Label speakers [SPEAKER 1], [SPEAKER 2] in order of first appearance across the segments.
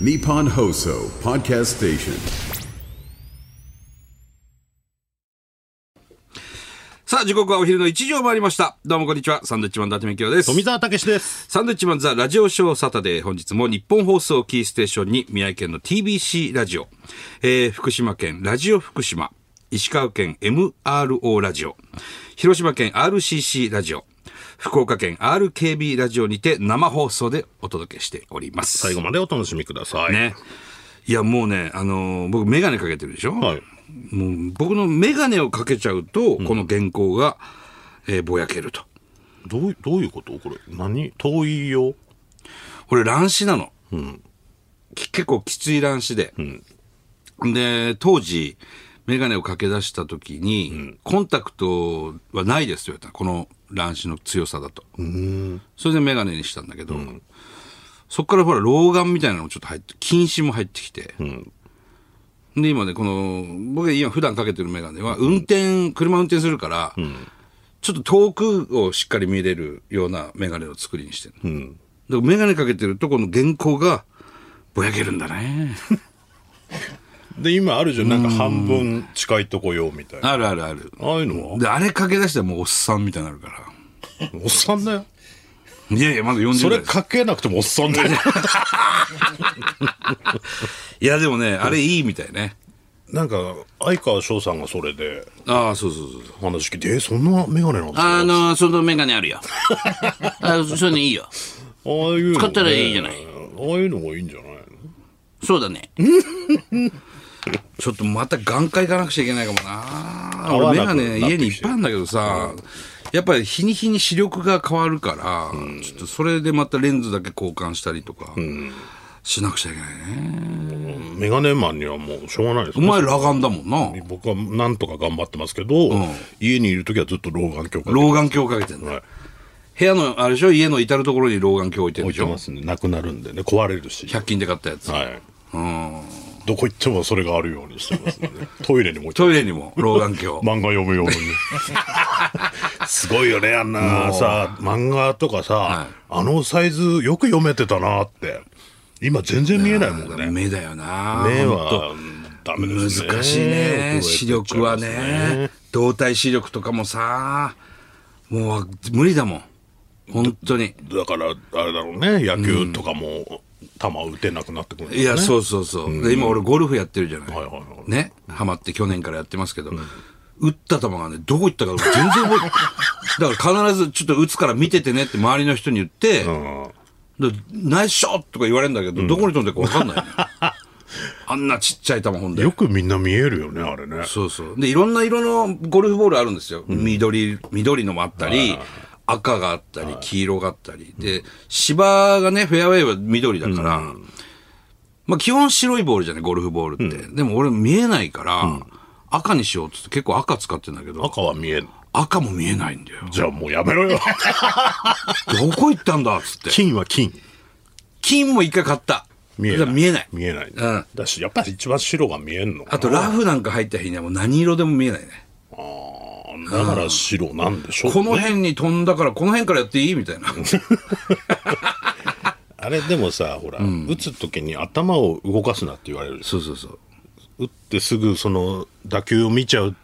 [SPEAKER 1] Nippon Hoso Podcast Station.
[SPEAKER 2] さあ、時刻はお昼の1時を回りました。どうもこんにちは。サンドウィッチマン伊達美京です。
[SPEAKER 3] 富澤たけしです。
[SPEAKER 2] サンドウィッチマンザラジオショーサタデー。本日も日本放送キーステーションに宮城県の TBC ラジオ、えー福島県ラジオ福島、石川県 MRO ラジオ、広島県 RCC ラジオ、福岡県 RKB ラジオにて生放送でお届けしております。
[SPEAKER 3] 最後までお楽しみください。
[SPEAKER 2] ね。いや、もうね、あのー僕メガネかけてるでしょ
[SPEAKER 3] はい。
[SPEAKER 2] もう僕のメガネをかけちゃうと、この原稿が、えーぼやけると。
[SPEAKER 3] どうい、どういうことこれ、何遠いよ。
[SPEAKER 2] 俺乱視なの、き結構きつい乱視で、で当時眼鏡をかけ出した時に、コンタクトはないですよ言われたこの乱視の強さだとそれで眼鏡にしたんだけど、そっからほら老眼みたいなのもちょっと入って近視も入ってきて、で今ねこの僕が今普段かけてる眼鏡は運転、車運転するから、ちょっと遠くをしっかり見れるような眼鏡を作りにしてる
[SPEAKER 3] うん。
[SPEAKER 2] だから眼鏡かけてるとこの原稿がぼやけるんだね
[SPEAKER 3] で、今あるじゃん。なんか半分近いとこよ、みたいな。
[SPEAKER 2] あるあるある
[SPEAKER 3] ああいうのは
[SPEAKER 2] であれかけ出したらもうおっさんみたいになるか
[SPEAKER 3] おっさんだよ。
[SPEAKER 2] らいやいやまだ40
[SPEAKER 3] そ
[SPEAKER 2] 代
[SPEAKER 3] れ
[SPEAKER 2] です
[SPEAKER 3] かけなくてもおっさんだよ。
[SPEAKER 2] いやでもねあれいいみたいね
[SPEAKER 3] なんか、相川翔さんがそれで
[SPEAKER 2] ああそうそうそうそう
[SPEAKER 3] 話聞いて、え、そんなメガネなんですか
[SPEAKER 4] あの、そのメガネある よ。あそういうのいいよ。
[SPEAKER 3] ああいうの、
[SPEAKER 4] 使ったらいいじゃない
[SPEAKER 3] ああいうのもいいんじゃないの
[SPEAKER 4] そうだね。
[SPEAKER 2] ちょっとまた眼科行かなくちゃいけないかもな
[SPEAKER 3] 合わ
[SPEAKER 2] 俺
[SPEAKER 3] な
[SPEAKER 2] 眼
[SPEAKER 3] くなってきて
[SPEAKER 2] 鏡家にいっぱいあるんだけどさやっぱり日に日に視力が変わるから、ちょっとそれでまたレンズだけ交換したりとか、しなくちゃいけないね。
[SPEAKER 3] メガネマンにはもうしょうがないです
[SPEAKER 2] お前裸眼だもんな。
[SPEAKER 3] 僕はなんとか頑張ってますけど、家にいるときはずっと老眼鏡かけ
[SPEAKER 2] 老眼鏡かけてんだ、
[SPEAKER 3] はい
[SPEAKER 2] 部屋のあれでしょ家の至る所に老眼鏡置いてる
[SPEAKER 3] 置
[SPEAKER 2] でし
[SPEAKER 3] い
[SPEAKER 2] てょ
[SPEAKER 3] ますんで、なくなるんでね、壊れるし。
[SPEAKER 2] 100均で買ったやつ、
[SPEAKER 3] はい。
[SPEAKER 2] うん、
[SPEAKER 3] どこ行ってもそれがあるようにしてますね。 トイレにも置いて
[SPEAKER 2] トイレにも老眼 鏡
[SPEAKER 3] 漫画読むよ うに。すごいよね、あんなさ、漫画とかさ、
[SPEAKER 2] はい
[SPEAKER 3] あのサイズよく読めてたなって。今全然見えないもんね。
[SPEAKER 2] 目だよな
[SPEAKER 3] 目
[SPEAKER 2] ほ
[SPEAKER 3] は
[SPEAKER 2] んと
[SPEAKER 3] ダメですね。
[SPEAKER 2] 難しいね
[SPEAKER 3] 衰
[SPEAKER 2] 視
[SPEAKER 3] えてっちゃい
[SPEAKER 2] 力は
[SPEAKER 3] ます
[SPEAKER 2] ね。動体視力とかもさもう無理だもん本当に
[SPEAKER 3] だから、あれだろうね、野球とかも、球打てなくなってくるんだよ
[SPEAKER 2] い
[SPEAKER 3] ね
[SPEAKER 2] やそうそうそうで今俺ゴルフやってるじゃない、
[SPEAKER 3] はいはいはい
[SPEAKER 2] ねハマって去年からやってますけど、打った球がね、どこ行ったか全然覚えて ない。だから必ずちょっと打つから見ててねって周りの人に言って、
[SPEAKER 3] うん
[SPEAKER 2] でナイスショットとか言われるんだけど、どこに飛んでるか分かんない、ね、 あんなちっちゃい球ほんで
[SPEAKER 3] よ。くみんな見えるよね、あれね。
[SPEAKER 2] そうそう。で、いろんな色のゴルフボールあるんですよ。緑、緑のもあったり、赤があったり、黄色があったり。で、芝がね、フェアウェイは緑だから、まあ基本白いボールじゃない、ゴルフボールって。でも俺見えないから、赤にしようっつって結構赤使ってんだけど、
[SPEAKER 3] 赤は見えん。
[SPEAKER 2] 赤も見えないんだよ。
[SPEAKER 3] じゃあもうや めろよ。
[SPEAKER 2] どこ行ったんだっつって。
[SPEAKER 3] 金は金。
[SPEAKER 2] 金も一回買った。
[SPEAKER 3] 見え
[SPEAKER 2] だ
[SPEAKER 3] な
[SPEAKER 2] から
[SPEAKER 3] い。
[SPEAKER 2] 見えない。
[SPEAKER 3] 見えない。
[SPEAKER 2] うん
[SPEAKER 3] だし、やっぱり一番白が見えんのかな
[SPEAKER 2] あとラフなんか入った日にはもう何色でも見えないね。
[SPEAKER 3] だから白なんでしょう
[SPEAKER 2] こ
[SPEAKER 3] ね
[SPEAKER 2] の辺に飛んだから、この辺からやっていいみたいな。
[SPEAKER 3] あれでもさ、ほら、打つ時に頭を動かすなって言われるでしょ
[SPEAKER 2] そうそうそう。
[SPEAKER 3] 打ってすぐその打球を見ちゃう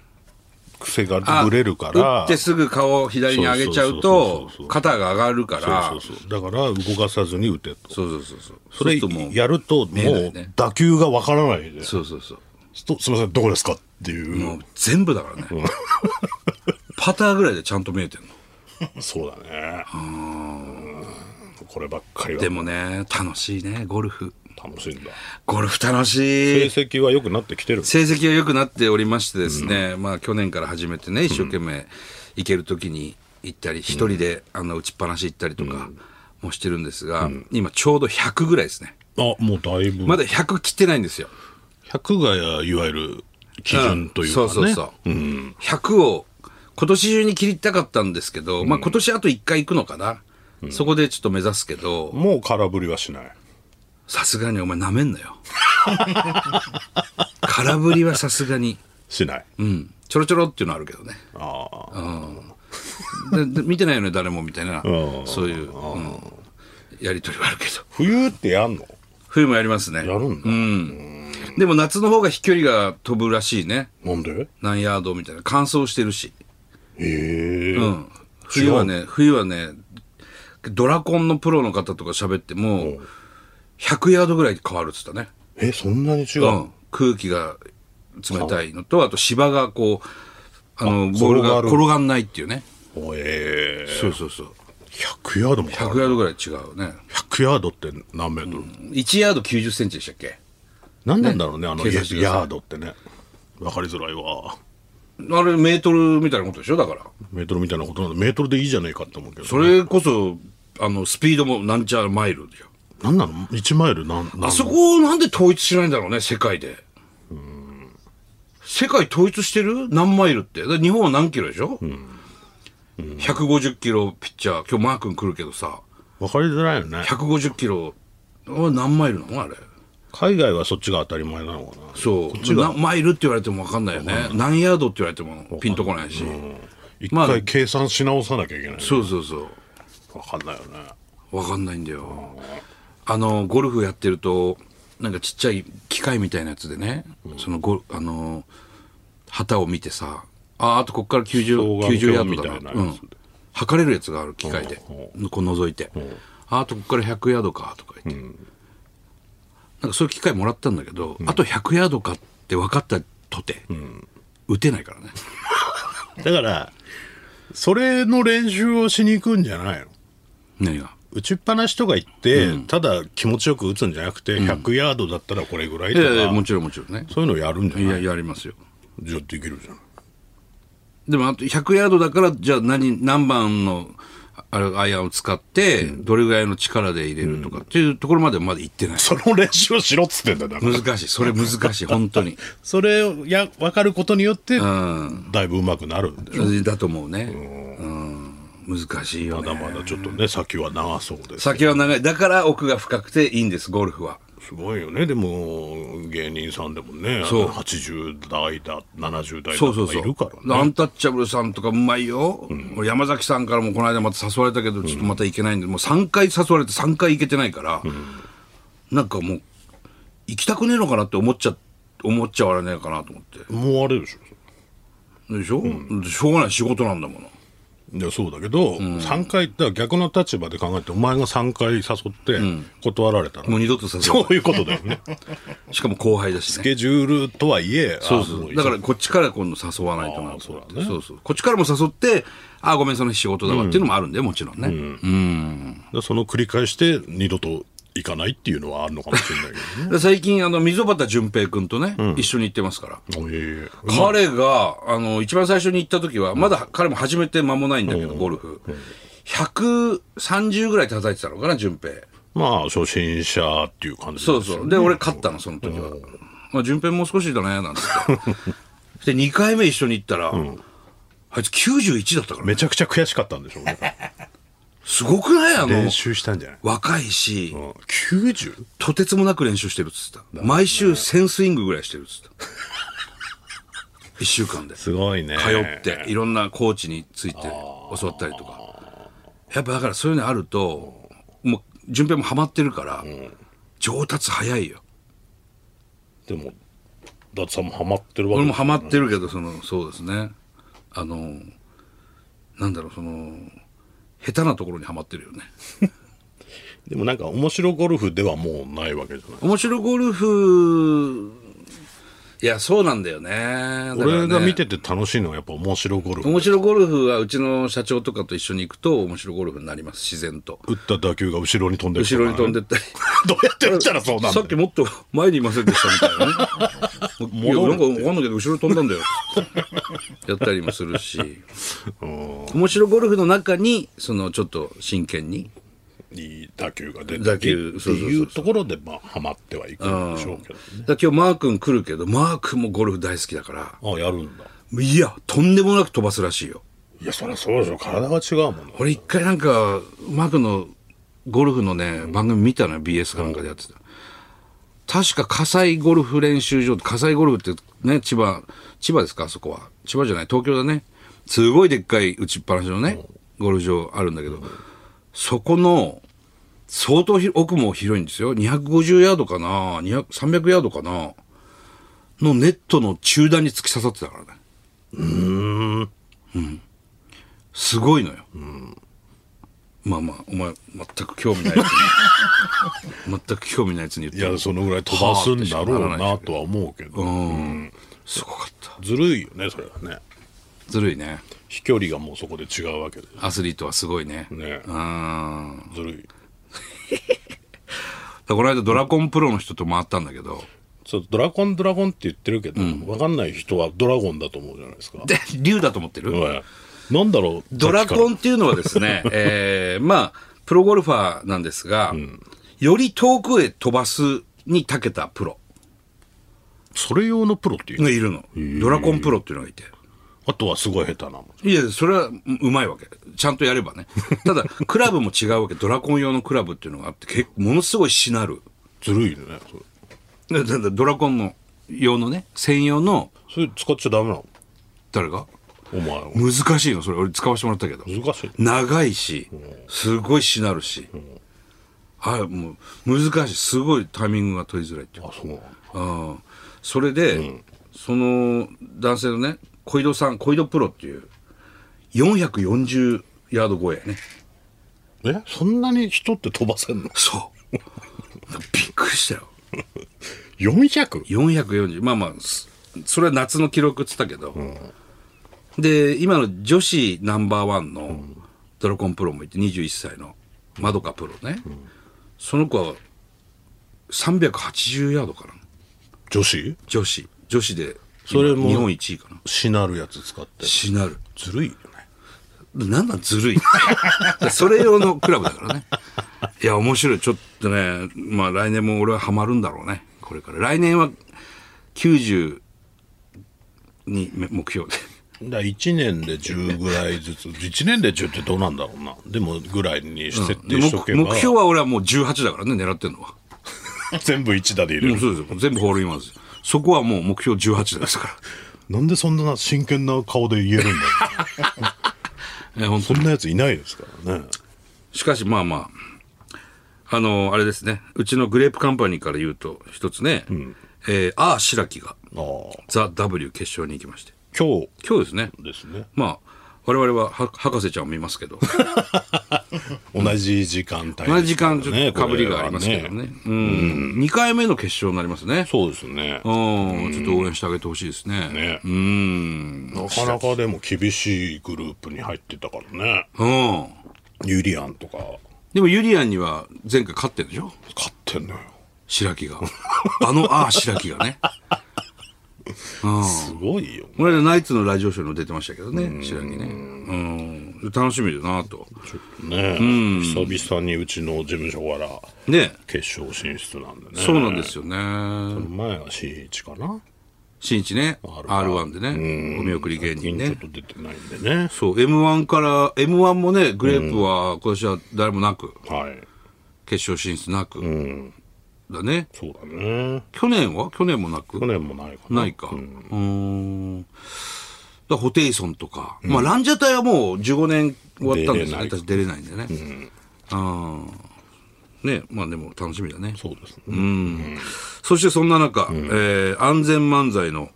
[SPEAKER 3] 癖が
[SPEAKER 2] あ
[SPEAKER 3] ぶれるから。
[SPEAKER 2] 打ってすぐ顔を左に上げちゃう
[SPEAKER 3] そうそうそう
[SPEAKER 2] と
[SPEAKER 3] そうそう、
[SPEAKER 2] 肩が上がるから。
[SPEAKER 3] そうそうそう。だから動かさずに打てと。
[SPEAKER 2] そうそうそうそう。
[SPEAKER 3] それ
[SPEAKER 2] そうするともう
[SPEAKER 3] やるとも
[SPEAKER 2] えないうね
[SPEAKER 3] 打球がわからないで、
[SPEAKER 2] そうそうそう。
[SPEAKER 3] とすみません、どこですかっていう。
[SPEAKER 2] もう全部だからね。 パターぐらいでちゃんと見えてるの。
[SPEAKER 3] そうだね。うんこればっかりは
[SPEAKER 2] でもね、楽しいね、ゴルフ。
[SPEAKER 3] 楽しいんだ。
[SPEAKER 2] ゴルフ楽
[SPEAKER 3] 成
[SPEAKER 2] しい。
[SPEAKER 3] 績は良くなってきてる。
[SPEAKER 2] 成績は良くなっておりましてですね、まあ去年から始めてね、一生懸命行けるときに行ったり、一人であの打ちっぱなし行ったりとかもしてるんですが、今ちょうど100ぐらいですね。
[SPEAKER 3] あ、もうだいぶ。
[SPEAKER 2] まだ100切ってないんですよ。
[SPEAKER 3] 100がいわゆる基準というかね。
[SPEAKER 2] そうそうそう、100を今年中に切りたかったんですけど、まあ今年あと1回行くのかな、そこでちょっと目指すけど
[SPEAKER 3] もう空振りはしない。
[SPEAKER 2] さすがにお前なめんな よ空振りはさすがに
[SPEAKER 3] しない。
[SPEAKER 2] うんちょろちょろっていうのはあるけどね
[SPEAKER 3] ああ。
[SPEAKER 2] でで見てないよね誰もみたいな
[SPEAKER 3] うん
[SPEAKER 2] そういう、うんやり取りはあるけど
[SPEAKER 3] 冬ってやんの
[SPEAKER 2] 冬もやりますね。
[SPEAKER 3] やるんだ。
[SPEAKER 2] でも夏の方が飛距離が飛ぶらしいね。
[SPEAKER 3] なんで
[SPEAKER 2] 何ヤードみたいな。乾燥してるし。
[SPEAKER 3] ええ
[SPEAKER 2] うん。冬はね、冬はね、ドラコンのプロの方とか喋っても、100ヤードぐらい変わるっつったね。
[SPEAKER 3] え、そんなに違う、
[SPEAKER 2] うん。空気が冷たいのと、あと芝がこう、あの、ボールが
[SPEAKER 3] 転がる
[SPEAKER 2] 転がんないっていうね。
[SPEAKER 3] おええ
[SPEAKER 2] そうそうそう。
[SPEAKER 3] 100ヤードも変わ
[SPEAKER 2] 100
[SPEAKER 3] る
[SPEAKER 2] ヤードぐらい違うね。
[SPEAKER 3] 100ヤードって何メートル、
[SPEAKER 2] 1ヤード90センチでしたっけ
[SPEAKER 3] 何なんだろうね、あの
[SPEAKER 2] 計
[SPEAKER 3] ヤ
[SPEAKER 2] 算してください
[SPEAKER 3] ヤードってね。わかりづらいわ。
[SPEAKER 2] あれメートルみたいなことでしょだから。
[SPEAKER 3] メートルみたいなことなんだ。メートルでいいじゃねえかって思うけど。
[SPEAKER 2] それこそ、あの、スピードもなんちゃらマイルだよ。
[SPEAKER 3] なんなの ?1 マイルなん、なん
[SPEAKER 2] あそこをなんで統一しないんだろうね、世界で。世界統一してる何マイルって。だから日本は何キロでしょ、?150 キロピッチャー、今日マー君来るけどさ、
[SPEAKER 3] わかりづらいよね。
[SPEAKER 2] 150キロ、あ何マイルなのあれ。
[SPEAKER 3] 海外はそっちが当たり前なのかな。
[SPEAKER 2] そう。なマイルって言われても分かんないよね。何ヤードって言われてもピンとこないし。
[SPEAKER 3] 一
[SPEAKER 2] まあ
[SPEAKER 3] 回計算し直さなきゃいけない。
[SPEAKER 2] そうそうそう。
[SPEAKER 3] わかんないよね。
[SPEAKER 2] わかんないんだよ。あの、ゴルフやってると、なんかちっちゃい機械みたいなやつでね、そのゴル、あの、旗を見てさ、あーあとこっから90、
[SPEAKER 3] 双眼鏡
[SPEAKER 2] 90ヤードだ
[SPEAKER 3] みた
[SPEAKER 2] な。
[SPEAKER 3] いな
[SPEAKER 2] う
[SPEAKER 3] やつ
[SPEAKER 2] ん。測れるやつがある機械で、こう覗いて、あーあとこっから100ヤードか、とか言って。なんかそういう機械もらったんだけど、あと100ヤードかって分かったとて、打てないからね。
[SPEAKER 3] だから、それの練習をしに行くんじゃないの
[SPEAKER 2] 何が。
[SPEAKER 3] 打ちっぱなしとか行って、ただ気持ちよく打つんじゃなくて、100ヤードだったらこれぐらい
[SPEAKER 2] い
[SPEAKER 3] とか、
[SPEAKER 2] やいや、もちろんもちろんね。
[SPEAKER 3] そういうのやるんじゃ
[SPEAKER 2] い
[SPEAKER 3] な
[SPEAKER 2] や、
[SPEAKER 3] い
[SPEAKER 2] やりますよ。
[SPEAKER 3] じゃあできるじゃん。
[SPEAKER 2] でもあと100ヤードだから、じゃあ何、何番のあれアイアンを使って、どれぐらいの力で入れるとかっていうところまでまだ行ってない。
[SPEAKER 3] その練習をしろっつってんだよだから
[SPEAKER 2] 難しい。それ難 しい。本当に。
[SPEAKER 3] それをや分かることによって、
[SPEAKER 2] うん。
[SPEAKER 3] だいぶ上手くなるんで
[SPEAKER 2] だと思うね。うん。難しいよ
[SPEAKER 3] まだま
[SPEAKER 2] ね。
[SPEAKER 3] だちょっとね、先は長そうです。
[SPEAKER 2] 先は長い。だから奥が深くていいんです、ゴルフは。
[SPEAKER 3] すごいよね、でも、芸人さんでもね、
[SPEAKER 2] そう
[SPEAKER 3] 80代だ、70代だ
[SPEAKER 2] そうそう
[SPEAKER 3] とか
[SPEAKER 2] そう。
[SPEAKER 3] いるからね。
[SPEAKER 2] アンタッチャブルさんとかうまいよ。俺山崎さんからもこの間また誘われたけど、ちょっとまた行けないんで、もう3回誘われて3回行けてないから、なんかもう、行きたくねえのかなって思っちゃ、思っちゃわれねえかなと思って。
[SPEAKER 3] もうあれでしょ。
[SPEAKER 2] でしょ、しょうがない仕事なんだもの。
[SPEAKER 3] いや、そうだけど、3回、だから逆の立場で考えて、お前が3回誘って、断られたら、
[SPEAKER 2] もう二度と誘。
[SPEAKER 3] そうういうことだ よね。
[SPEAKER 2] しかも後輩だし
[SPEAKER 3] ス
[SPEAKER 2] ね。
[SPEAKER 3] ケジュールとはいえ、
[SPEAKER 2] そう
[SPEAKER 3] あ
[SPEAKER 2] そ
[SPEAKER 3] も
[SPEAKER 2] う。だから
[SPEAKER 3] い
[SPEAKER 2] こっちから今度誘わないとな
[SPEAKER 3] あー
[SPEAKER 2] と
[SPEAKER 3] そう
[SPEAKER 2] 思っ
[SPEAKER 3] だ
[SPEAKER 2] て
[SPEAKER 3] ね
[SPEAKER 2] そうそう。こっちからも誘って、ああ、ごめん、その日仕事だわっていうのもあるんで、もちろんね。
[SPEAKER 3] ざその繰り返して、二度と行かないっていうのはあるのかもしれないけどね。
[SPEAKER 2] で最近、あの、溝端淳平君とね、一緒に行ってますから。
[SPEAKER 3] おえ
[SPEAKER 2] 彼が、あの、一番最初に行った時は、まだ彼も始めて間もないんだけど、ゴルフ。130ぐらい叩いてたのかな、順平。
[SPEAKER 3] まあ、初心者っていう感じ
[SPEAKER 2] そう
[SPEAKER 3] ですよ
[SPEAKER 2] そう。で、俺勝ったの、その時は。まあ、順平もう少しだね、なんつ って。で、2回目一緒に行ったら、あいつ91だったからね。
[SPEAKER 3] めちゃくちゃ悔しかったんでし ょうね。
[SPEAKER 2] すごくないあの
[SPEAKER 3] 練、習したんじゃない
[SPEAKER 2] 若いし、
[SPEAKER 3] うん 90?
[SPEAKER 2] とてつもなく練習してるっつってた。毎週1000スイングぐらいしてるっつってた。1週間で。
[SPEAKER 3] すごいね。
[SPEAKER 2] 通って、いろんなコーチについて教わったりとか。やっぱだからそういうのあると、もう、順平もハマってるから、上達早いよ。
[SPEAKER 3] でも、伊達さんもハマってるわけ
[SPEAKER 2] 俺もハマってるけど、その、そうですね。あの、なんだろう、その、下手なところにはまってるよね。
[SPEAKER 3] でもなんか、面白ゴルフではもうないわけじゃない。
[SPEAKER 2] 面白ゴルフ、いや、そうなんだよね。だからね
[SPEAKER 3] 俺が見てて楽しいのはやっぱ面白ゴルフ。
[SPEAKER 2] 面白ゴルフはうちの社長とかと一緒に行くと面白ゴルフになります、自然と。
[SPEAKER 3] 打った打球が後ろに飛んでる
[SPEAKER 2] 後ろに飛んでったり。
[SPEAKER 3] どうやって打ったらそうなんだ
[SPEAKER 2] さっ
[SPEAKER 3] よ
[SPEAKER 2] きもっと前にいませんでしたみたいなね。いや、なんかわかんないけど、後ろに飛んだんだよ。やったりもするし。面白ゴルフの中に、その、ちょっと真剣に。
[SPEAKER 3] いい打球が出て
[SPEAKER 2] 打
[SPEAKER 3] って
[SPEAKER 2] 球そうそうそうそう
[SPEAKER 3] いうところで、まあ、ハマってはいくんでしょうけどね。
[SPEAKER 2] だから今日マー君来るけど、マー君もゴルフ大好きだから、
[SPEAKER 3] ああ、やるんだ。
[SPEAKER 2] いや、とんでもなく飛ばすらしいよ。
[SPEAKER 3] いや、そりゃそうでしょ。体が違うもんね。
[SPEAKER 2] 俺一回なんか、マー君のゴルフのね、番組見たのよ、BS かなんかでやってた。確か、葛西ゴルフ練習場って、葛西ゴルフってね、千葉、千葉ですか、あそこは。千葉じゃない、東京だね。すごいでっかい打ちっぱなしのね、ゴルフ場あるんだけど、そこの、相当ひ奥も広いんですよ。250ヤードかな、200 300ヤードかな、のネットの中段に突き刺さってたからね。うん。すごいのよ。まあまあ、お前、全く興味ないやつに。全く興味ないやつに
[SPEAKER 3] い
[SPEAKER 2] 言って。
[SPEAKER 3] や、そのぐらい飛ばすんだろうなとは思うけど、
[SPEAKER 2] うん。すごかった。
[SPEAKER 3] ずるいよね、それはね。
[SPEAKER 2] ずるいね。
[SPEAKER 3] 飛距離がもうそこで違うわけで。
[SPEAKER 2] アスリートはすごいね。
[SPEAKER 3] ね
[SPEAKER 2] うん。
[SPEAKER 3] ずるい。
[SPEAKER 2] だからこの間ドラコンプロの人と回ったんだけど、
[SPEAKER 3] そう、ドラゴンドラゴンって言ってるけど、わかんない人はドラゴンだと思うじゃないですか。
[SPEAKER 2] で、竜だと思ってる、
[SPEAKER 3] はいなんだろう
[SPEAKER 2] ドラコ
[SPEAKER 3] ン
[SPEAKER 2] ンっていうのはですね、えー、まあ、プロゴルファーなんですが、より遠くへ飛ばすに長けたプロ
[SPEAKER 3] それ用のプロっていう、
[SPEAKER 2] がいるの。ドラコンプロっていうのがいて。
[SPEAKER 3] あとはすごい下手なの。
[SPEAKER 2] いや、それはううまいわけ。ちゃんとやればね。ただ、クラブも違うわけ。ドラコン用のクラブっていうのがあって、結構ものすごいしなる。
[SPEAKER 3] ずるいね。それ
[SPEAKER 2] だだだドラコンの用のね、専用の、
[SPEAKER 3] それ使っちゃダメなの
[SPEAKER 2] 誰が
[SPEAKER 3] お前は。
[SPEAKER 2] 難しいの、それ。俺使わせてもらったけど。
[SPEAKER 3] 難しい。
[SPEAKER 2] 長いし、すごいしなるし、はい、もう難しい、すごいタイミングが取りづらいっていう
[SPEAKER 3] あ、そうなの。
[SPEAKER 2] ああそれで、その男性のね、小井戸さん、小井戸プロっていう、440ヤード超えやね。
[SPEAKER 3] えそんなに人って飛ばせんの
[SPEAKER 2] そう。びっくりしたよ。
[SPEAKER 3] ?400?
[SPEAKER 2] 440、まあまあ、すそれは夏の記録っつったけど、で、今の女子ナンバーワンのドラコンプロもいて、21歳のまどかプロね、その子は380ヤードかな、
[SPEAKER 3] 女子
[SPEAKER 2] 女子、女子で今
[SPEAKER 3] それも
[SPEAKER 2] 日本一位かな、
[SPEAKER 3] しなるやつ使って。
[SPEAKER 2] しなる。
[SPEAKER 3] ずるいよね。
[SPEAKER 2] なんなんずるい それ用のクラブだからね。いや、面白い。ちょっとね、まあ来年も俺はハマるんだろうね。これから。来年は90にめ目標で。
[SPEAKER 3] だ1年で10ぐらいず つ。1年で10ってどうなんだろうな。でも、ぐらいに設定しとけ
[SPEAKER 2] 目
[SPEAKER 3] ば。
[SPEAKER 2] 目標は俺はもう18だからね、狙ってるのは。
[SPEAKER 3] 全部1打で入れ
[SPEAKER 2] もう
[SPEAKER 3] る。
[SPEAKER 2] そうですよ。もう全部ホールインワンです。そこはもう目標18ですか
[SPEAKER 3] なんでそんな真剣な顔で言えるんだろう。
[SPEAKER 2] ら。え本当
[SPEAKER 3] そ
[SPEAKER 2] に
[SPEAKER 3] んなやついないですからね。
[SPEAKER 2] しかしまあまあ、あのあれですね。うちのグレープカンパニーから言うと、一つね、えー、ああ、白木が、
[SPEAKER 3] ああ。
[SPEAKER 2] ザ・ W 決勝に行きまして。
[SPEAKER 3] 今
[SPEAKER 2] 今日ですね。
[SPEAKER 3] 日ですね。
[SPEAKER 2] まあ、我々はは博士ちゃんを見ます けど、
[SPEAKER 3] 同じ時間帯、
[SPEAKER 2] 同じ時間ちょっとかぶりがありますけど
[SPEAKER 3] これは
[SPEAKER 2] ね。うん。2回目の決勝になりますね。
[SPEAKER 3] そうですね。
[SPEAKER 2] うん。ちょっと応援してあげてほしいですね。
[SPEAKER 3] ね
[SPEAKER 2] うん。
[SPEAKER 3] なかなかでも厳しいグループに入ってたからね。
[SPEAKER 2] うん。
[SPEAKER 3] ユリアンとか
[SPEAKER 2] でもユリアンには前回勝ってんでしょ
[SPEAKER 3] 勝ってんのよ。
[SPEAKER 2] 白 木が。あの、ああ、白木がね。
[SPEAKER 3] すごいよ。
[SPEAKER 2] この間ナイツのラジオショーにも出てましたけどね、白木ね。うん。楽しみだなと。
[SPEAKER 3] ね久々にうちの事務所から
[SPEAKER 2] ね。
[SPEAKER 3] 決勝進出なんでね。
[SPEAKER 2] そうなんですよね。
[SPEAKER 3] 前は新一かな。
[SPEAKER 2] 新一ね、R1 でね、お見送り芸人
[SPEAKER 3] ちょっ
[SPEAKER 2] ね。
[SPEAKER 3] と出てないんでね。
[SPEAKER 2] そう、M1 から、M1 もね、グレープは今年は誰もなく、
[SPEAKER 3] はい。
[SPEAKER 2] 決勝進出なく、だね。
[SPEAKER 3] そうだね。
[SPEAKER 2] 去年は去年もなく
[SPEAKER 3] 去年もないかな。
[SPEAKER 2] ないか。うーん。だからホテイソンとか、まあランジャタイはもう15年終わったんですよね。
[SPEAKER 3] 出れない
[SPEAKER 2] 私出れないんでね。うん。ね、まあでも楽しみだね。
[SPEAKER 3] そうですね。
[SPEAKER 2] そしてそんな中、えー安全漫才の、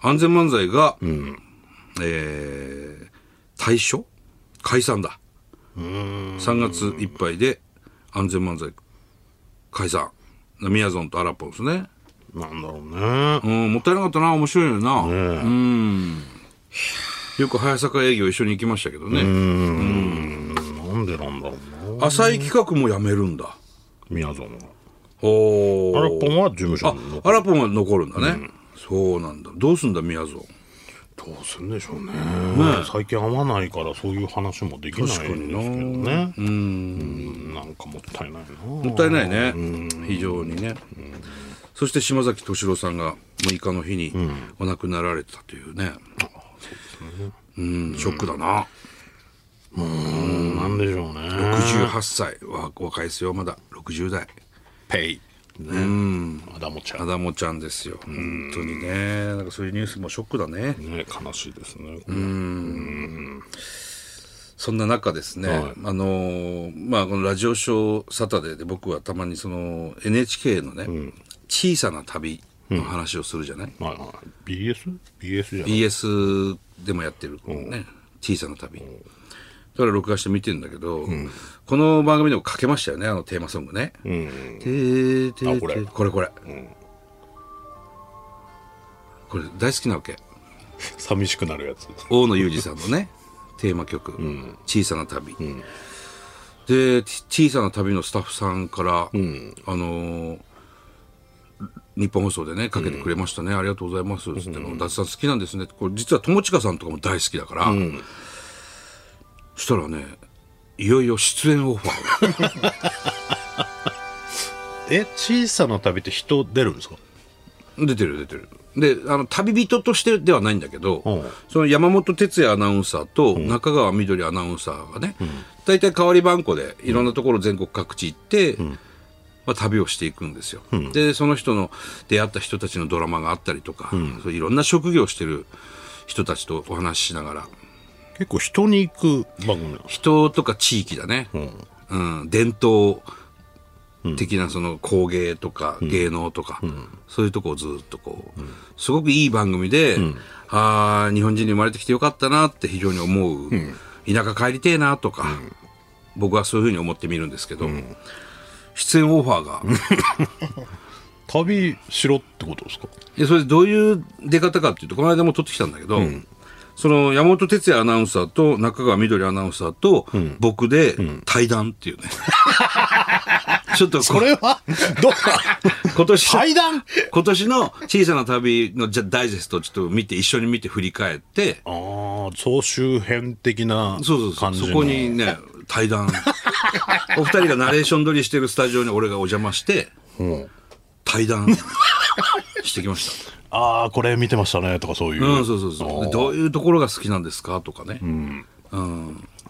[SPEAKER 2] 安全漫才が、えー退所解散だ。3月いっぱいで安全漫才解散。みやぞんとアラポンですね。
[SPEAKER 3] なんだろうね。
[SPEAKER 2] うん、もったいなかったな、面白いよな。うん。よく早坂営業一緒に行きましたけどね。
[SPEAKER 3] なんでなんだろうな。
[SPEAKER 2] 浅い企画もやめるんだ。
[SPEAKER 3] 宮園が。
[SPEAKER 2] おー
[SPEAKER 3] アラポンは事務所に残
[SPEAKER 2] アラポンは残るんだね。そうなんだ。どうすんだ、みやぞん。
[SPEAKER 3] どうすんでしょうね最近会わないからそういう話もできないんですけどねうんなんかもったいない
[SPEAKER 2] も
[SPEAKER 3] な
[SPEAKER 2] ったいないね。非常にね。そして島崎敏郎さんが6日の日にお亡くなられてたというね。うん、ショックだな。
[SPEAKER 3] うんなんでしょうね
[SPEAKER 2] 68歳。わ若いですよ、まだ。60代。
[SPEAKER 3] ペイねアダモちゃ
[SPEAKER 2] ア
[SPEAKER 3] ん
[SPEAKER 2] ダモちゃんですよ。本当にね。なんかそういうニュースもショックだね。
[SPEAKER 3] ね悲しいですね
[SPEAKER 2] そんな中ですね、
[SPEAKER 3] はい
[SPEAKER 2] あのーまあ、このラジオショーサタデーで僕はたまにその NHK のね、小さな旅の話をするじゃない、
[SPEAKER 3] まあ、BS?BS じゃない
[SPEAKER 2] BS でもやってる、ね、小さな旅。だから録画して見てるんだけど、この番組でもかけましたよね、あのテーマソングね。てーてーてー
[SPEAKER 3] あこれ
[SPEAKER 2] これこれ。これ大好きなわけ。
[SPEAKER 3] 寂しくなるやつ。
[SPEAKER 2] 大野裕二さんのねテーマ曲「小さな旅」で「ち小さな旅」のスタッフさんから、あのー日本放送でねかけてくれましたね、ありがとうございます」つって「伊達さん好きなんですね」これ実は友近さんとかも大好きだから、そしたらねいよいよ出演オファーが
[SPEAKER 3] え、小さな旅って人出るんですか
[SPEAKER 2] 出てる出てるであの旅人としてではないんだけど、
[SPEAKER 3] ん
[SPEAKER 2] その山本哲也アナウンサーと中川みどりアナウンサーがね、大体代わり番こでいろんなところ全国各地行って、まあ、旅をしていくんですよ、でその人の出会った人たちのドラマがあったりとか、そういろんな職業をしてる人たちとお話ししながら
[SPEAKER 3] 結構人に行く番組なの
[SPEAKER 2] 人とか地域だね、うん伝統的なその工芸とか芸能とか、そういうとこをずっとこう、すごくいい番組で、ああ日本人に生まれてきてよかったなって非常に思う、田舎帰りてえなとか、僕はそういうふうに思ってみるんですけど、出演オファー が
[SPEAKER 3] 旅しろってことですか
[SPEAKER 2] でそれでどういう出方かっていうとこの間も撮ってきたんだけど、その山本哲也アナウンサーと中川みどりアナウンサーと僕で対談っていう ね、ちょっとこ
[SPEAKER 3] これは、 どう
[SPEAKER 2] 今年の
[SPEAKER 3] 階段
[SPEAKER 2] 今年の小さな旅のじゃダイジェストをちょっと見て一緒に見て振り返って
[SPEAKER 3] ああ、総集編的な感じ
[SPEAKER 2] そうそう
[SPEAKER 3] の
[SPEAKER 2] そうそこにね対 談お二人がナレーション撮りしてるスタジオに俺がお邪魔して
[SPEAKER 3] うん
[SPEAKER 2] 対談してきました
[SPEAKER 3] ああ、これ見てましたねとかそういう。
[SPEAKER 2] うん、そうそう そう。でどういうところが好きなんですかとかね。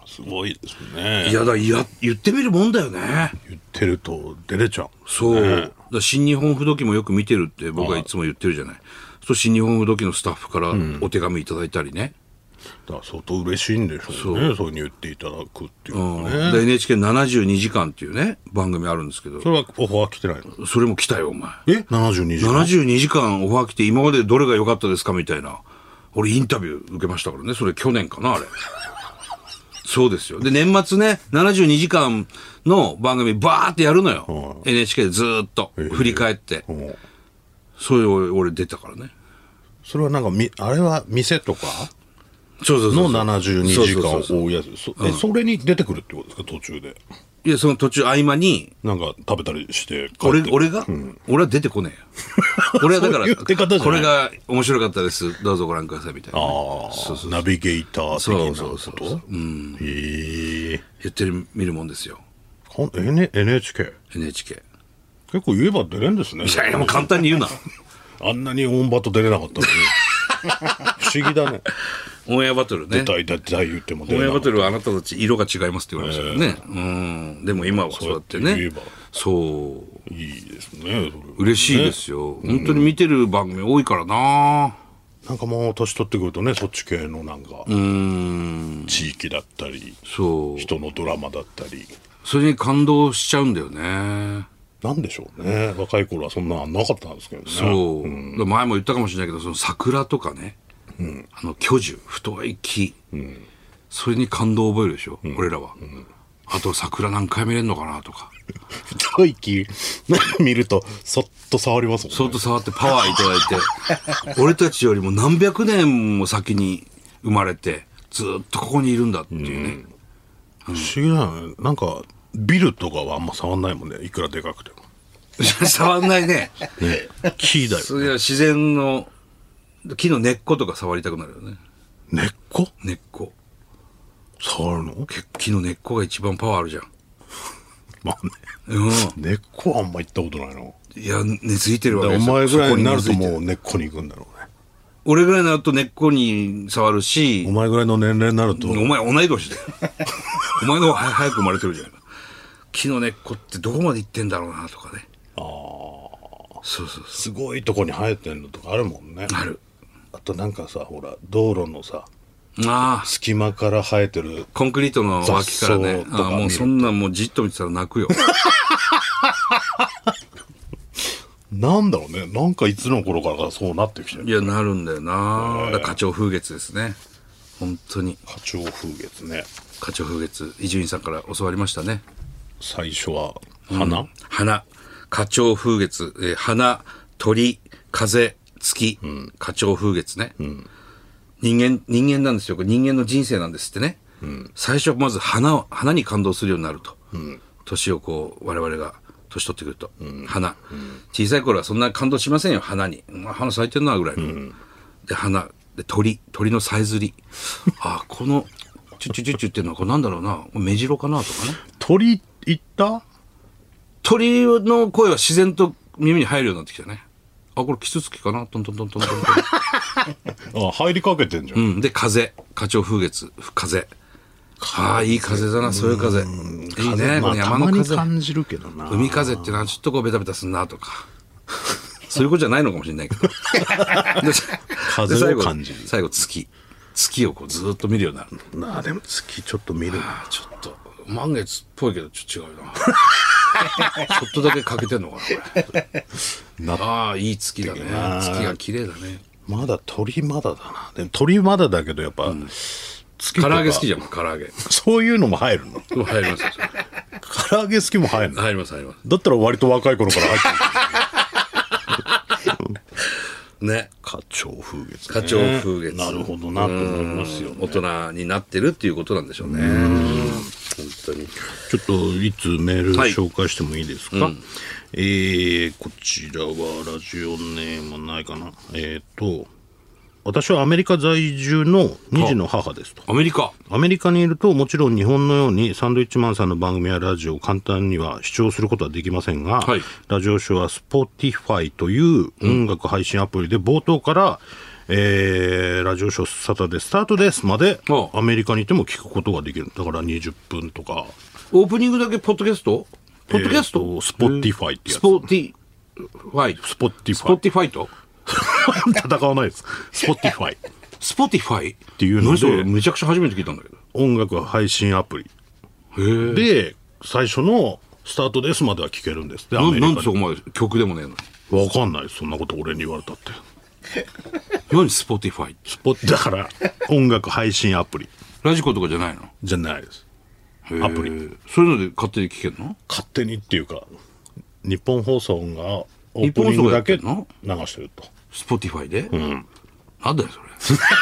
[SPEAKER 3] すごいですね。
[SPEAKER 2] いやだ、いや、言ってみるもんだよね。
[SPEAKER 3] 言ってると出れちゃう。
[SPEAKER 2] そう。だから新日本不動機もよく見てるって僕はいつも言ってるじゃない。そう、新日本不動機のスタッフからお手紙いただいたりね。
[SPEAKER 3] だから相当嬉しいんでしょうね。そういうふうに言っていただくっていうのはね。
[SPEAKER 2] で NHK72 時間っていうね、番組あるんですけど
[SPEAKER 3] そ、れはオファー来てないの
[SPEAKER 2] それも来たよ、お前。
[SPEAKER 3] え ?72 時間。
[SPEAKER 2] 72時間オファー来て今までどれが良かったですかみたいな。俺インタビュー受けましたからね。それ去年かな、 あれ。そうですよ。で、年末ね、72時間の番組バーってやるのよ。NHK でずーっと振り返って。
[SPEAKER 3] うん
[SPEAKER 2] それ俺俺出たからね。
[SPEAKER 3] それはなんかみ、あれは店とか
[SPEAKER 2] そうそう
[SPEAKER 3] の72時間
[SPEAKER 2] そうそ
[SPEAKER 3] を
[SPEAKER 2] うそう
[SPEAKER 3] 追うやつ。そえそれに出てくるってことですか途中で。
[SPEAKER 2] いや、その途中合間に、
[SPEAKER 3] なんか食べたりして帰
[SPEAKER 2] 俺
[SPEAKER 3] って、
[SPEAKER 2] 俺が、俺は出てこねえよ。俺はだから、
[SPEAKER 3] そういう出方じゃない
[SPEAKER 2] これが面白かったです。どうぞご覧ください、みたいなね、
[SPEAKER 3] ああ、ナビゲーター的な
[SPEAKER 2] そう
[SPEAKER 3] ことうん。へえ。
[SPEAKER 2] 言ってる見るもんですよ。
[SPEAKER 3] こん N- NHK。
[SPEAKER 2] NHK。
[SPEAKER 3] 結構言えば出れんですね。
[SPEAKER 2] いやいや、もう簡単に言うな。
[SPEAKER 3] あんなにオンバト出れなかったのに。 不思議だね。
[SPEAKER 2] オンエアバトルね。
[SPEAKER 3] 大体大言っても出
[SPEAKER 2] オン
[SPEAKER 3] れ
[SPEAKER 2] エアバ
[SPEAKER 3] なかった
[SPEAKER 2] ト。ルはあなたたち色が違いますって言われましたよね。うん。でも今はそうやって
[SPEAKER 3] そうや
[SPEAKER 2] ね
[SPEAKER 3] って言えば。
[SPEAKER 2] そう。
[SPEAKER 3] いいですね。それ
[SPEAKER 2] 嬉しいですよ。本当に見てる番組多いからな
[SPEAKER 3] なんかもう年取ってくるとね、そっち系のなんか、地域だったり、
[SPEAKER 2] そう。
[SPEAKER 3] 人のドラマだったり、
[SPEAKER 2] それに感動しちゃうんだよね。
[SPEAKER 3] なんでしょうね。若い頃はそんなんなかったんですけどね。
[SPEAKER 2] そう。前も言ったかもしれないけど、その桜とかね、あの巨樹、太い木、それに感動を覚えるでしょ、俺らは。あと桜何回見れるのかなとか。
[SPEAKER 3] 太い木、見ると、そっと触りますもんね。
[SPEAKER 2] そっと触ってパワーいただいて、俺 たちよりも何百年も先に生まれて、ずっとここにいるんだっていうね。
[SPEAKER 3] 不思議だよね。なんか、ビルとかはあんま触んないもんね。いくらでかくても。
[SPEAKER 2] 触んないね。
[SPEAKER 3] 木だよ。
[SPEAKER 2] それは自然の、木の根っことか触りたくなるよね。
[SPEAKER 3] 根っこ
[SPEAKER 2] 根っこ。
[SPEAKER 3] 触るの
[SPEAKER 2] 結木の根っこが一番パワーあるじゃん。
[SPEAKER 3] まあね。
[SPEAKER 2] うん。
[SPEAKER 3] 根っこはあんま行ったことないの。
[SPEAKER 2] いや、根付いてる
[SPEAKER 3] だ
[SPEAKER 2] わ
[SPEAKER 3] か
[SPEAKER 2] け
[SPEAKER 3] らお
[SPEAKER 2] ですよ
[SPEAKER 3] 前ぐらいになる
[SPEAKER 2] そこと根付て
[SPEAKER 3] もう根っこに行くんだろうね。
[SPEAKER 2] 俺ぐらいになると根っこに触るし
[SPEAKER 3] お、前ぐらいの年齢になると、
[SPEAKER 2] お前同い年だよ。 お前の方が早早く生まれてるじゃないか。木の根っこってどこまで行ってんだろうなとかね。ああ。そうそうそ
[SPEAKER 3] すごいとこに生えてんのとかあるもんね
[SPEAKER 2] う。ある。
[SPEAKER 3] あとなんかさほら道路のさ
[SPEAKER 2] ああ、
[SPEAKER 3] 隙間から生えてる
[SPEAKER 2] コンクリートの脇からね
[SPEAKER 3] 雑。草と
[SPEAKER 2] あ
[SPEAKER 3] か
[SPEAKER 2] あもうそんなんもうじっと見てたら 泣くよ。
[SPEAKER 3] なんだろうねなんかいつの頃からかそうなってきて
[SPEAKER 2] い
[SPEAKER 3] る
[SPEAKER 2] や、なるんだよな。だから花鳥風月ですね。本当に。
[SPEAKER 3] 花鳥風月ね
[SPEAKER 2] 花鳥風月。伊集院さんから教わりましたね。
[SPEAKER 3] 最初は花、
[SPEAKER 2] 花、花鳥風月、えー花、鳥、風、月、花鳥風月ね、人間、人間なんですよ。これ人間の人生なんですってね。最初、まず花を、花に感動するようになると。年をこう、我々が、年取ってくると。花、小さい頃はそんな感動しませんよ、花に。まあ、花咲いてんな、ぐらいの。で、花、で、鳥、鳥のさえずり。あ、この、チュチュチュチュっていうのは、これなんだろうな、目白かな、とかね。
[SPEAKER 3] 鳥行った
[SPEAKER 2] 鳥の声は自然と耳に入るようになってきたね。あ、これキツツキかなトントントントントント
[SPEAKER 3] あ入りかけてんじゃん、
[SPEAKER 2] ン。うん。で、風。花鳥風月。風。ああ、いい風だな、そういう風。いいね、この
[SPEAKER 3] まあ、た
[SPEAKER 2] 山
[SPEAKER 3] ま
[SPEAKER 2] の
[SPEAKER 3] に
[SPEAKER 2] 風。
[SPEAKER 3] 感じるけどな
[SPEAKER 2] 海風っていうのはちょっとこうベタベタすんなとか。そういうことじゃないのかもしれ ないけど。で
[SPEAKER 3] 風
[SPEAKER 2] で最
[SPEAKER 3] を
[SPEAKER 2] 後
[SPEAKER 3] 感じる
[SPEAKER 2] 最後、月。月をこうずっと見るようになるの。
[SPEAKER 3] なあでも月ちょっと見るな
[SPEAKER 2] あちょっと、満月っぽいけど、ちょっと違う な。ちょっとだけ欠けてんのかな、これ。ああ、いい月だね。月が綺麗だね。
[SPEAKER 3] まだ鳥まだだなでも鳥まだだけどやっぱ、月
[SPEAKER 2] 唐
[SPEAKER 3] とか
[SPEAKER 2] 揚げ好きじゃん、唐揚げ。
[SPEAKER 3] そういうのも入るの
[SPEAKER 2] もう入りますよ。
[SPEAKER 3] 唐揚げ好きも入るの
[SPEAKER 2] 入ります、入りま
[SPEAKER 3] だったら割と若い頃から入 ってる
[SPEAKER 2] す。ね。
[SPEAKER 3] 花鳥風月、ね、
[SPEAKER 2] 花鳥風月
[SPEAKER 3] なるほどなと思いますよ
[SPEAKER 2] 大人になってるっていうことなんでしょうね。本当に。
[SPEAKER 3] ちょっといつメール
[SPEAKER 2] はい
[SPEAKER 3] 紹介してもいいですか、えー、こちらはラジオネームないかなえっ、と私はアメリカ在住の2児の母ですと
[SPEAKER 2] アメリカ。
[SPEAKER 3] アメリカにいるともちろん日本のようにサンドイッチマンさんの番組やラジオを簡単には視聴することはできませんが、
[SPEAKER 2] はい
[SPEAKER 3] ラジオショーは Spotify という音楽配信アプリで冒頭から、えーラジオショーサタでスタートですまで
[SPEAKER 2] お
[SPEAKER 3] アメリカにいても聞くことができるだから20分とか
[SPEAKER 2] オープニングだけポッドキャストポッドキャス
[SPEAKER 3] え
[SPEAKER 2] ト
[SPEAKER 3] ーと Spotify ってやつ
[SPEAKER 2] スポーティファイ。ススポ
[SPEAKER 3] Spotify
[SPEAKER 2] ティファイと
[SPEAKER 3] 戦わないです。Spotify
[SPEAKER 2] スポティファイって
[SPEAKER 3] いうの
[SPEAKER 2] 何
[SPEAKER 3] で
[SPEAKER 2] それめちゃくちゃ初めて聞いたんだけど。
[SPEAKER 3] 音楽配信アプリ
[SPEAKER 2] へえ。
[SPEAKER 3] で最初のスタートですまでは聞けるんです。でア
[SPEAKER 2] な
[SPEAKER 3] メ
[SPEAKER 2] なん
[SPEAKER 3] リ
[SPEAKER 2] で
[SPEAKER 3] カ
[SPEAKER 2] そ
[SPEAKER 3] で
[SPEAKER 2] こまで曲でもねえのに
[SPEAKER 3] わかんないですそんなこと俺に言われたって。
[SPEAKER 2] 何スポティファイって。
[SPEAKER 3] スポだから音楽配信アプリ
[SPEAKER 2] ラジコとかじゃないの
[SPEAKER 3] じゃないです。
[SPEAKER 2] へえ
[SPEAKER 3] アプリ。
[SPEAKER 2] そういうので勝手に聞けるの
[SPEAKER 3] 勝手にっていうか日本放送がオープニングだけ流してると。
[SPEAKER 2] スポティファイで、なんだよそれ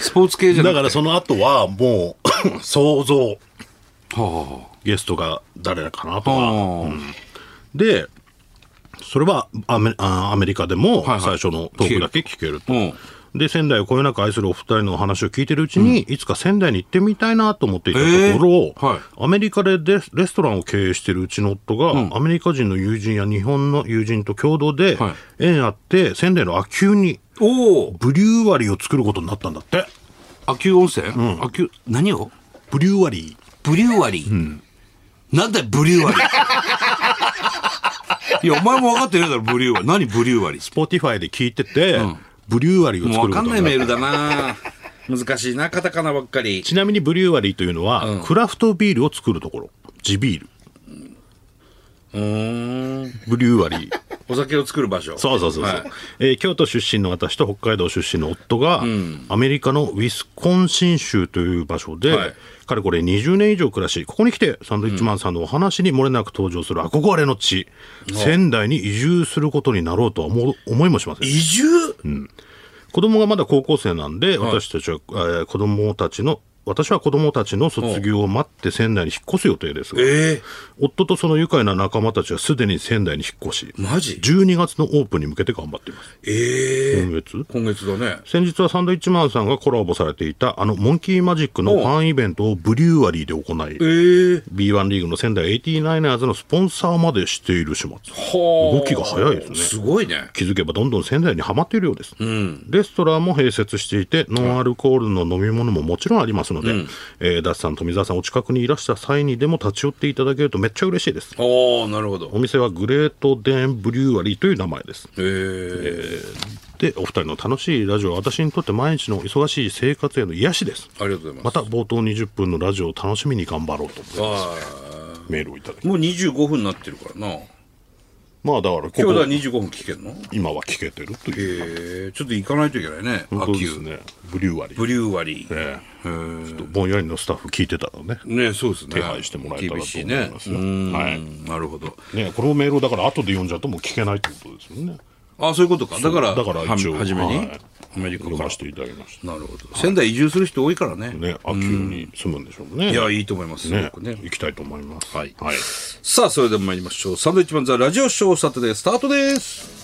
[SPEAKER 2] スポーツ系じゃな
[SPEAKER 3] だ
[SPEAKER 2] くて
[SPEAKER 3] からその後はもう 想像
[SPEAKER 2] は
[SPEAKER 3] ゲストが誰かなと
[SPEAKER 2] あは
[SPEAKER 3] か。
[SPEAKER 2] あ、
[SPEAKER 3] でそれはアメあアメリカでも
[SPEAKER 2] はいはい
[SPEAKER 3] 最初のトークだけ聞けると、
[SPEAKER 2] うん
[SPEAKER 3] で仙台をこよなく愛するお二人のお話を聞いてるうちに、いつか仙台に行ってみたいなと思っていたところ、
[SPEAKER 2] えーはい
[SPEAKER 3] アメリカでレレストランを経営してるうちの夫が、アメリカ人の友人や日本の友人と共同で
[SPEAKER 2] はい
[SPEAKER 3] 縁あって仙台の秋急に
[SPEAKER 2] おお
[SPEAKER 3] ブリューワリーを作ることになったんだって
[SPEAKER 2] 秋保温泉、秋保何を
[SPEAKER 3] ブリューワリ
[SPEAKER 2] ブリュワリー、なんだよブリュワリー いやお前も分かってねえだろブリュワリー何ブリュワリー
[SPEAKER 3] ー Spotify で聞いてて、ブリューワリーを
[SPEAKER 2] も
[SPEAKER 3] 作
[SPEAKER 2] う
[SPEAKER 3] る
[SPEAKER 2] 分
[SPEAKER 3] こと
[SPEAKER 2] か
[SPEAKER 3] に
[SPEAKER 2] ん
[SPEAKER 3] な
[SPEAKER 2] な
[SPEAKER 3] っ
[SPEAKER 2] い
[SPEAKER 3] た
[SPEAKER 2] メールだな難しいなカタカナばっかり
[SPEAKER 3] ちなみにブリューワリーというのは、クラフトビールを作るところ地ビール
[SPEAKER 2] うーん
[SPEAKER 3] ブリューワリー。
[SPEAKER 2] お酒を作る場所
[SPEAKER 3] そうそうそうそう、
[SPEAKER 2] はい
[SPEAKER 3] えー京都出身の私と北海道出身の夫が、アメリカのウィスコンシン州という場所で、
[SPEAKER 2] はい
[SPEAKER 3] かれこれ20年以上暮らしここに来てサンドイッチマンさんのお話に漏れなく登場する憧れの地、仙台に移住することになろうとは思う思いもしません
[SPEAKER 2] 移住、
[SPEAKER 3] 子供がまだ高校生なんで、私たちは、えー子供たちの私は子供たちの卒業を待って仙台に引っ越す予定ですが、
[SPEAKER 2] ええ
[SPEAKER 3] 夫とその愉快な仲間たちはすでに仙台に引っ越し
[SPEAKER 2] マジ
[SPEAKER 3] 12月のオープンに向けて頑張っています
[SPEAKER 2] ええ
[SPEAKER 3] 今月
[SPEAKER 2] 今月だね
[SPEAKER 3] 先日はサンドイッチマンさんがコラボされていたあのモンキーマジックのファンイベントをブリューワリーで行い
[SPEAKER 2] ええ
[SPEAKER 3] B1 リーグの仙台 89ers のスポンサーまでしている始末動
[SPEAKER 2] 動
[SPEAKER 3] きが早いですね
[SPEAKER 2] すごいね。
[SPEAKER 3] 気づけばどんどん仙台にはまっているようです、レストランも併設していてノンアルコールの飲み物ももちろんありますのので、えーダッさん、富澤さん、お近くにいらした際にでも立ち寄っていただけるとめっちゃ嬉しいです。
[SPEAKER 2] おおなるほど
[SPEAKER 3] お。店はグレートデンブリュワリーという名前です。
[SPEAKER 2] えー、
[SPEAKER 3] で、お二人の楽しいラジオは私にとって毎日の忙しい生活への癒しです。
[SPEAKER 2] ありがとうござい
[SPEAKER 3] ま
[SPEAKER 2] ます。
[SPEAKER 3] た冒頭20分のラジオを楽しみに頑張ろうと
[SPEAKER 2] あ
[SPEAKER 3] メールをいただき
[SPEAKER 2] ーもう25分になってるからな。
[SPEAKER 3] まあだからここ
[SPEAKER 2] 今日だ25分聞けんの
[SPEAKER 3] 今は聞けてると
[SPEAKER 2] え
[SPEAKER 3] いう
[SPEAKER 2] ー、ちょっと行かないといけないね。
[SPEAKER 3] 本当で
[SPEAKER 2] 秋
[SPEAKER 3] すねブリュワリー
[SPEAKER 2] ブリュワリー。
[SPEAKER 3] ええちょっとぼんやりのスタッフ聞いてたらね
[SPEAKER 2] ねそうですね。
[SPEAKER 3] 手配してもらえたらと思いますよ
[SPEAKER 2] TBC ね
[SPEAKER 3] は
[SPEAKER 2] うんなるほど。
[SPEAKER 3] ねこのメールをだから後で読んじゃうともう聞けないってことですよね
[SPEAKER 2] あそういうことか。だから、
[SPEAKER 3] だから一応
[SPEAKER 2] は初めに、
[SPEAKER 3] はい
[SPEAKER 2] アメリカ
[SPEAKER 3] 読
[SPEAKER 2] から
[SPEAKER 3] ま。せていただきまし
[SPEAKER 2] なるほど。仙台移住する人多いからね。
[SPEAKER 3] たね秋に住むんでしょうね
[SPEAKER 2] いや、いいと思います。す
[SPEAKER 3] ね
[SPEAKER 2] ごくね。
[SPEAKER 3] 行きたいと思います
[SPEAKER 2] はい
[SPEAKER 3] はい
[SPEAKER 2] さあ、それでは参りましょう。サンドウィッチマンザラジオショーサタデースタートです。